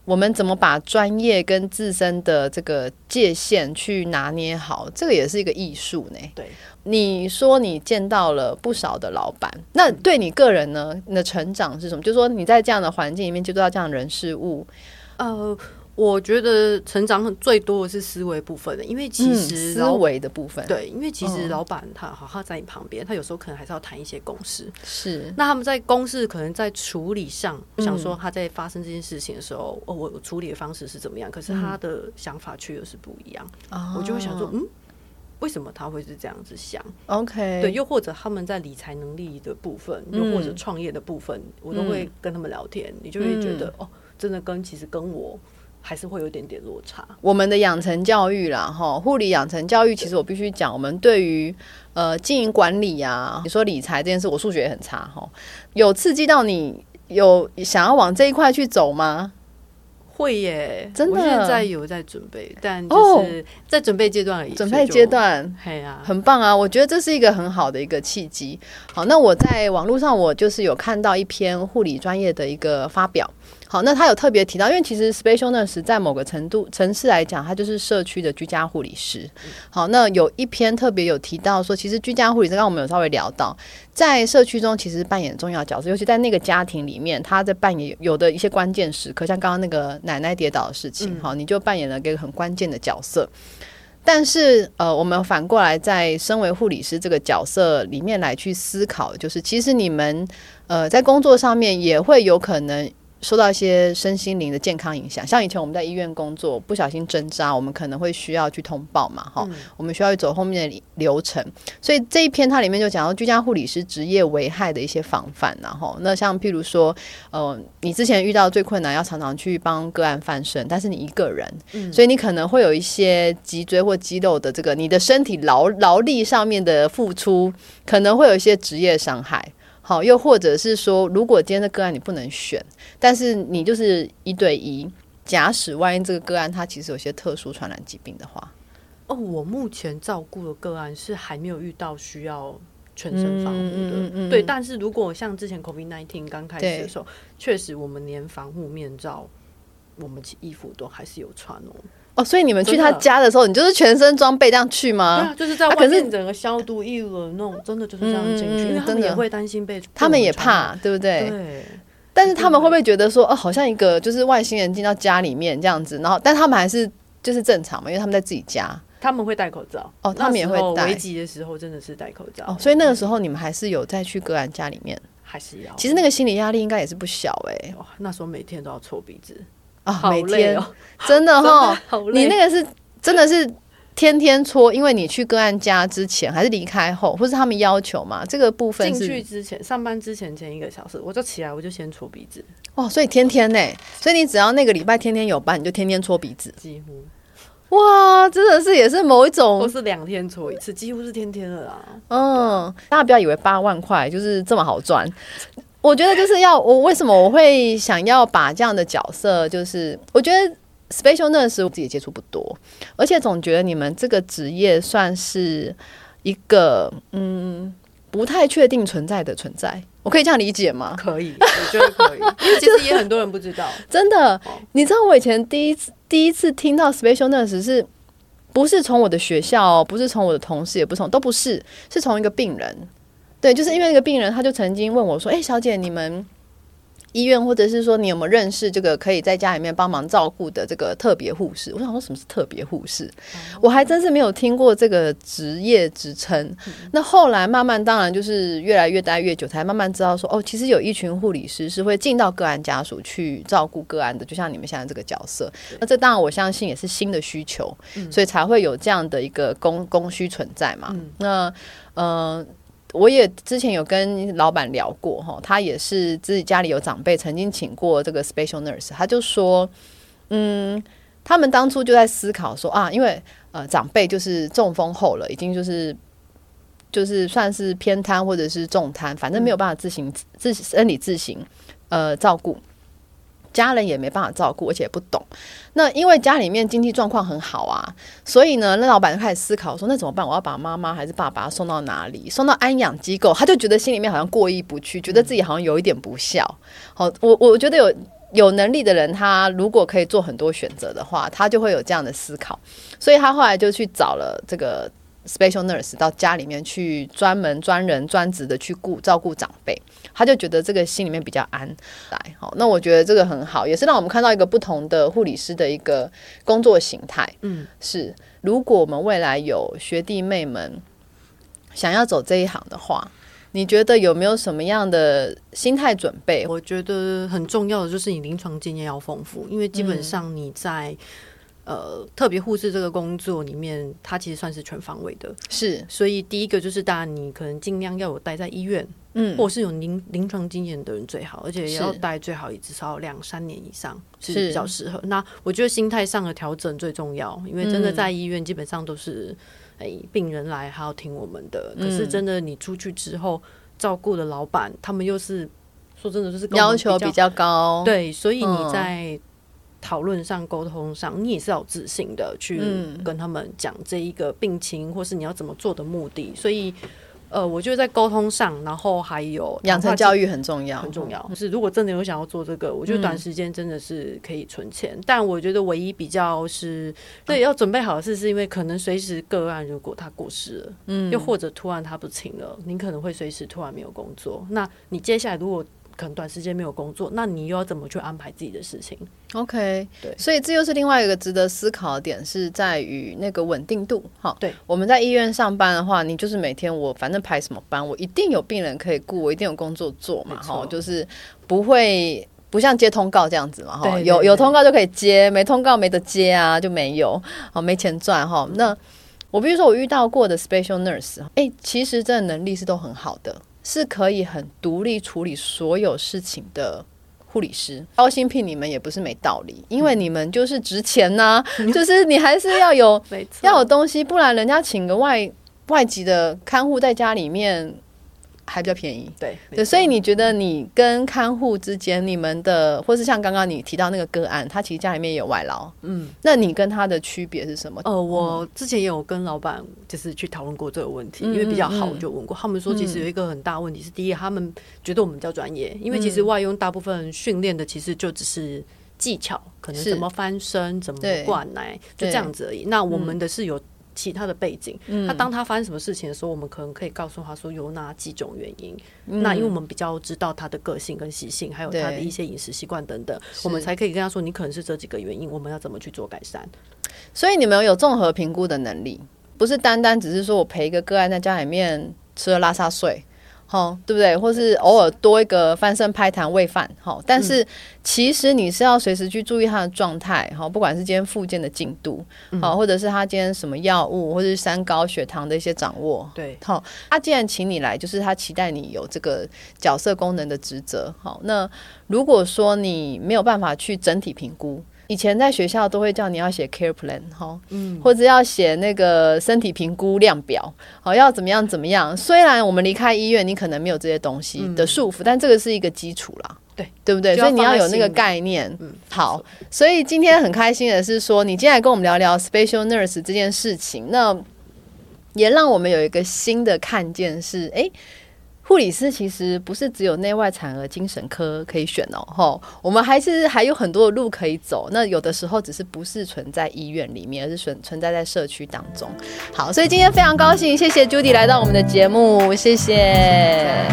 Speaker 1: 我们怎么把专业跟自身的这个界限去拿捏好，这个也是一个艺术呢。
Speaker 2: 对，
Speaker 1: 你说你见到了不少的老板，那对你个人呢，你的成长是什么？就是说你在这样的环境里面接触到这样的人事物，
Speaker 2: 呃，我觉得成长很最多的是思维部分的，因为其
Speaker 1: 嗯
Speaker 2: 实
Speaker 1: 思
Speaker 2: 老
Speaker 1: 维的部分，，
Speaker 2: 对，因为其实
Speaker 1: 嗯
Speaker 2: 老板他好好在你旁边，他有时候可能还是要谈一些公事。
Speaker 1: 是
Speaker 2: 那他们在公事可能在处理上，
Speaker 1: 嗯
Speaker 2: 想说他在发生这件事情的时候，哦，我我处理的方式是怎么样？可是
Speaker 1: 嗯
Speaker 2: 他的想法却又是不一样，
Speaker 1: 哦
Speaker 2: 我就会想说，嗯，为什么他会是这样子想？
Speaker 1: 哦，OK，
Speaker 2: 对，又或者他们在理财能力的部分，又
Speaker 1: 嗯
Speaker 2: 或者
Speaker 1: 嗯
Speaker 2: 创业的部分，我都会跟他们聊天，你就会觉得、哦，真的跟其实跟我。还是会有点点落差。
Speaker 1: 我们的养成教育啦，哈，护理养成教育，其实我必须讲，我们对于呃经营管理啊，你说理财这件事，我数学也很差哈，有刺激到你有想要往这一块去走吗？
Speaker 2: 会耶，
Speaker 1: 真的哦
Speaker 2: 我现在有在准备，但就是在准备阶段而已。
Speaker 1: 准备阶，段。
Speaker 2: 嘿呀、
Speaker 1: 很棒啊！我觉得这是一个很好的一个契机。好，那我在网络上我就是有看到一篇护理专业的一个发表。好，那他有特别提到，因为其实 special nurse 在某个程度城市来讲，它就是社区的居家护理师。好，那有一篇特别有提到说，其实居家护理师刚刚我们有稍微聊到，在社区中其实扮演重要角色，尤其在那个家庭里面，他在扮演有的一些关键时刻，像刚刚那个奶奶跌倒的事情，好，你就扮演了一个很关键的角色。但是，呃，我们反过来在身为护理师这个角色里面来去思考，就是其实你们呃在工作上面也会有可能受到一些身心灵的健康影响。像以前我们在医院工作，不小心针扎，我们可能会需要去通报嘛，
Speaker 2: 嗯
Speaker 1: 哈、我们需要去走后面的流程。所以这一篇它里面就讲到居家护理师职业危害的一些防范、然后那像譬如说，呃，你之前遇到最困难，要常常去帮个案翻身，但是你一个人，所以你可能会有一些脊椎或肌肉的这个你的身体劳劳力上面的付出，可能会有一些职业伤害。好，又或者是说，如果今天的个案你不能选，但是你就是一对一。假使万一这个个案它其实有些特殊传染疾病的话，
Speaker 2: 哦，我目前照顾的个案是还没有遇到需要全身防护的，
Speaker 1: 嗯嗯嗯嗯
Speaker 2: 对。但是如果像之前 COVID nineteen 刚开始
Speaker 1: 对
Speaker 2: 的时候，确实我们连防护面罩、我们衣服都还是有穿哦。
Speaker 1: 哦，所以你们去
Speaker 2: 真
Speaker 1: 他
Speaker 2: 的
Speaker 1: 家的时候，你就是全身装备这样去吗？
Speaker 2: 对啊，就是在
Speaker 1: 啊可
Speaker 2: 外
Speaker 1: 是
Speaker 2: 面整个消毒一轮那种，真的就是这样进去，
Speaker 1: 嗯嗯嗯
Speaker 2: 因为他
Speaker 1: 真
Speaker 2: 们
Speaker 1: 的
Speaker 2: 也会担心被，
Speaker 1: 他们也
Speaker 2: 被我传染。
Speaker 1: 怕，对不对？
Speaker 2: 对，
Speaker 1: 但是他们会不会觉得说，哦，好像一个就是外星人进到家里面这样子，然后但他们还是就是正常嘛，因为他们在自己家
Speaker 2: 他们会戴口罩
Speaker 1: 哦他们也会戴
Speaker 2: 那时候危急的时候真的是戴口罩，
Speaker 1: 哦，所以那个时候你们还是有再去个案家里面，
Speaker 2: 还是要。
Speaker 1: 其实那个心理压力应该也是不小哎、
Speaker 2: 哇那时候每天都要搓鼻子，
Speaker 1: 啊，
Speaker 2: 好
Speaker 1: 每
Speaker 2: 累
Speaker 1: 天
Speaker 2: 哦，
Speaker 1: 真 的哈，
Speaker 2: 好累。
Speaker 1: 你那个是真的是天天搓，因为你去个案家之前还是离开后，或是他们要求嘛，这个部分
Speaker 2: 进去
Speaker 1: 是
Speaker 2: 之前，上班之前前一个小时，我就起来，我就先搓鼻子，
Speaker 1: 哦，所以天天呢、所以你只要那个礼拜天天有班，你就天天搓鼻子，
Speaker 2: 几乎
Speaker 1: 哇，真的是也是某一种
Speaker 2: 都是两天搓一次，几乎是天天了啦。
Speaker 1: 嗯，大家不要以为八万块就是这么好赚。我觉得就是要我为什么我会想要把这样的角色，就是我觉得 special nurse 我自己接触不多，而且总觉得你们这个职业算是一个嗯不太确定存在的存在，我可以这样理解吗？
Speaker 2: 可以，我觉得 可以，因为其实也很多人不知道，
Speaker 1: 真的，你知道我以前第一次第一次听到 special nurse 是不是从我的学校哦、不是从我的同事，也不是从都不是，是从一个病人。对，就是因为那个病人，他就曾经问我说：“哎、小姐，你们医院或者是说你有没有认识这个可以在家里面帮忙照顾的这个特别护士？”我想说什么是特别护士，我还真是没有听过这个职业职称。那后来慢慢，当然就是越来越待越久，才慢慢知道说，哦，其实有一群护理师是会进到个案家属去照顾个案的，就像你们现在这个角色。那这当然我相信也是新的需求，所以才会有这样的一个供供需存在嘛。那呃。我也之前有跟老板聊过哈，他也是自己家里有长辈曾经请过这个 special nurse，他就说，嗯，他们当初就在思考说啊，因为呃长辈就是中风后了，已经就是就是算是偏瘫或者是重瘫，反正没有办法自行自身体自行呃照顾，家人也没办法照顾，而且也不懂。那因为家里面经济状况很好啊，所以呢，那老板就开始思考说，那怎么办？我要把妈妈还是爸爸送到哪里？送到安养机构，他就觉得心里面好像过意不去，觉得自己好像有一点不孝。好，我我觉得有。有能力的人，他如果可以做很多选择的话，他就会有这样的思考，所以他后来就去找了这个 special nurse 到家里面去专门专人专职的去顾照顾长辈，他就觉得这个心里面比较安来。好，那我觉得这个很好，也是让我们看到一个不同的护理师的一个工作形态。
Speaker 2: 嗯，
Speaker 1: 是，如果我们未来有学弟妹们想要走这一行的话，你觉得有没有什么样的心态准备？
Speaker 2: 我觉得很重要的就是你临床经验要丰富，因为基本上你在、呃特别护士这个工作里面，它其实算是全方位的。
Speaker 1: 是，
Speaker 2: 所以第一个就是，大家你可能尽量要有待在医院，
Speaker 1: 嗯
Speaker 2: 或，者是有临临床经验的人最好，而且也要
Speaker 1: 是
Speaker 2: 待最好也至少两三年以上是
Speaker 1: 是
Speaker 2: 比较适合。那我觉得心态上的调整最重要，因为真的
Speaker 1: 嗯
Speaker 2: 在医院基本上都是哎、病人来还要听我们的，可是
Speaker 1: 嗯
Speaker 2: 真的你出去之后照顾的老板，他们又是说真的就是跟我
Speaker 1: 要
Speaker 2: 们
Speaker 1: 求
Speaker 2: 比
Speaker 1: 比较高，，
Speaker 2: 对，所以
Speaker 1: 嗯
Speaker 2: 你在讨论上、沟通上，你也是要有自信的去
Speaker 1: 嗯
Speaker 2: 跟他们讲这一个病情，或是你要怎么做的目的。所以，呃，我觉得在沟通上，然后还有
Speaker 1: 养成
Speaker 2: 育
Speaker 1: 教育很重要，
Speaker 2: 很重要。嗯就是如果真的有想要做这个，我觉得短时间真的是可以存钱，但我觉得唯一比较是对要准备好的事，是因为可能随时个案如果他过世了，嗯，又或者突然他不请了，你可能会随时突然没有工作。那你接下来如果可能短时间没有工作，那你又要怎么去安排自己的事情？
Speaker 1: OK，
Speaker 2: 对
Speaker 1: 所以这又是另外一个值得思考的点，是在于那个稳定度。哈，
Speaker 2: 对，
Speaker 1: 我们在医院上班的话，你就是每天我反正排什么班，我一定有病人可以顾，我一定有工作做嘛，
Speaker 2: 没错
Speaker 1: 哈，就是不会不像接通告这样子嘛，哈，
Speaker 2: 对对
Speaker 1: 有有
Speaker 2: 对
Speaker 1: 通告就可以接，没通告没得接啊，就没有，好没钱赚哈。那我比如说我遇到过的 special nurse，哎、其实这能力是都很好的，是可以很独立处理所有事情的护理师。高薪聘你们也不是没道理，因为你们就是值钱呐、就是你还是要有
Speaker 2: 嗯 没错
Speaker 1: 要有东西，不然人家请个外外籍的看护在家里面还比较便宜。
Speaker 2: 对
Speaker 1: 对，所以你觉得你跟看护之间，你们的，或是像刚刚你提到那个个案，他其实家里面也有外劳，
Speaker 2: 嗯，
Speaker 1: 那你跟他的区别是什么？
Speaker 2: 呃，我之前也有跟老板就是去讨论过这个问题，
Speaker 1: 嗯
Speaker 2: 因为比较好，
Speaker 1: 嗯嗯嗯
Speaker 2: 我就问过他们说，其实有一个很大问题是，第一，他们觉得我们比较专业，因为其实外佣大部分训练的其实就只是。技巧可能
Speaker 1: 是
Speaker 2: 怎么翻身，怎么
Speaker 1: 对
Speaker 2: 灌奶，就
Speaker 1: 对嗯
Speaker 2: 这样子而已。那我们的是有其他的背景，那当他发生什么事情的时候，我们可能可以告诉他说有哪几种原因。那因为我们比较知道他的个性跟习性，还有他的
Speaker 1: 嗯对
Speaker 2: 一些饮食习惯等等，我们才可以跟他说你可能是这几个原因，我们要怎么去做改善。
Speaker 1: 所以你们有综合评估的能力，不是单单只是说我陪一个个案在家里面吃喝拉撒睡，好，对不对？或是偶尔多一个翻身拍痰喂饭，好，但是其实你是要随时去注意他的状态，好，不管是今天复健的进度，好，或者是他今天什么药物，或者是三高血糖的一些掌握，
Speaker 2: 对，
Speaker 1: 好，他既然请你来，就是他期待你有这个角色功能的职责。好，那如果说你没有办法去整体评估，以前在学校都会叫你要写 care plan 哈，嗯，或者要写那个身体评估量表，好，要怎么样怎么样。虽然我们离开医院，你可能没有这些东西的束缚，但这个是一个基础啦。
Speaker 2: 嗯对，
Speaker 1: 对不对？
Speaker 2: 就
Speaker 1: 所
Speaker 2: 要
Speaker 1: 以你要有那个
Speaker 2: 放在心里
Speaker 1: 概念。嗯，好。所以今天很开心的是说，你今天来跟我们聊聊 special nurse 这件事情，那也让我们有一个新的看见是，诶，护理师其实不是只有内外产儿精神科可以选哦，吼，我们还是还有很多的路可以走。那有的时候只是不是存在医院里面，而是存存在在社区当中。好，所以今天非常高兴，谢谢 Judy 来到我们的节目，谢谢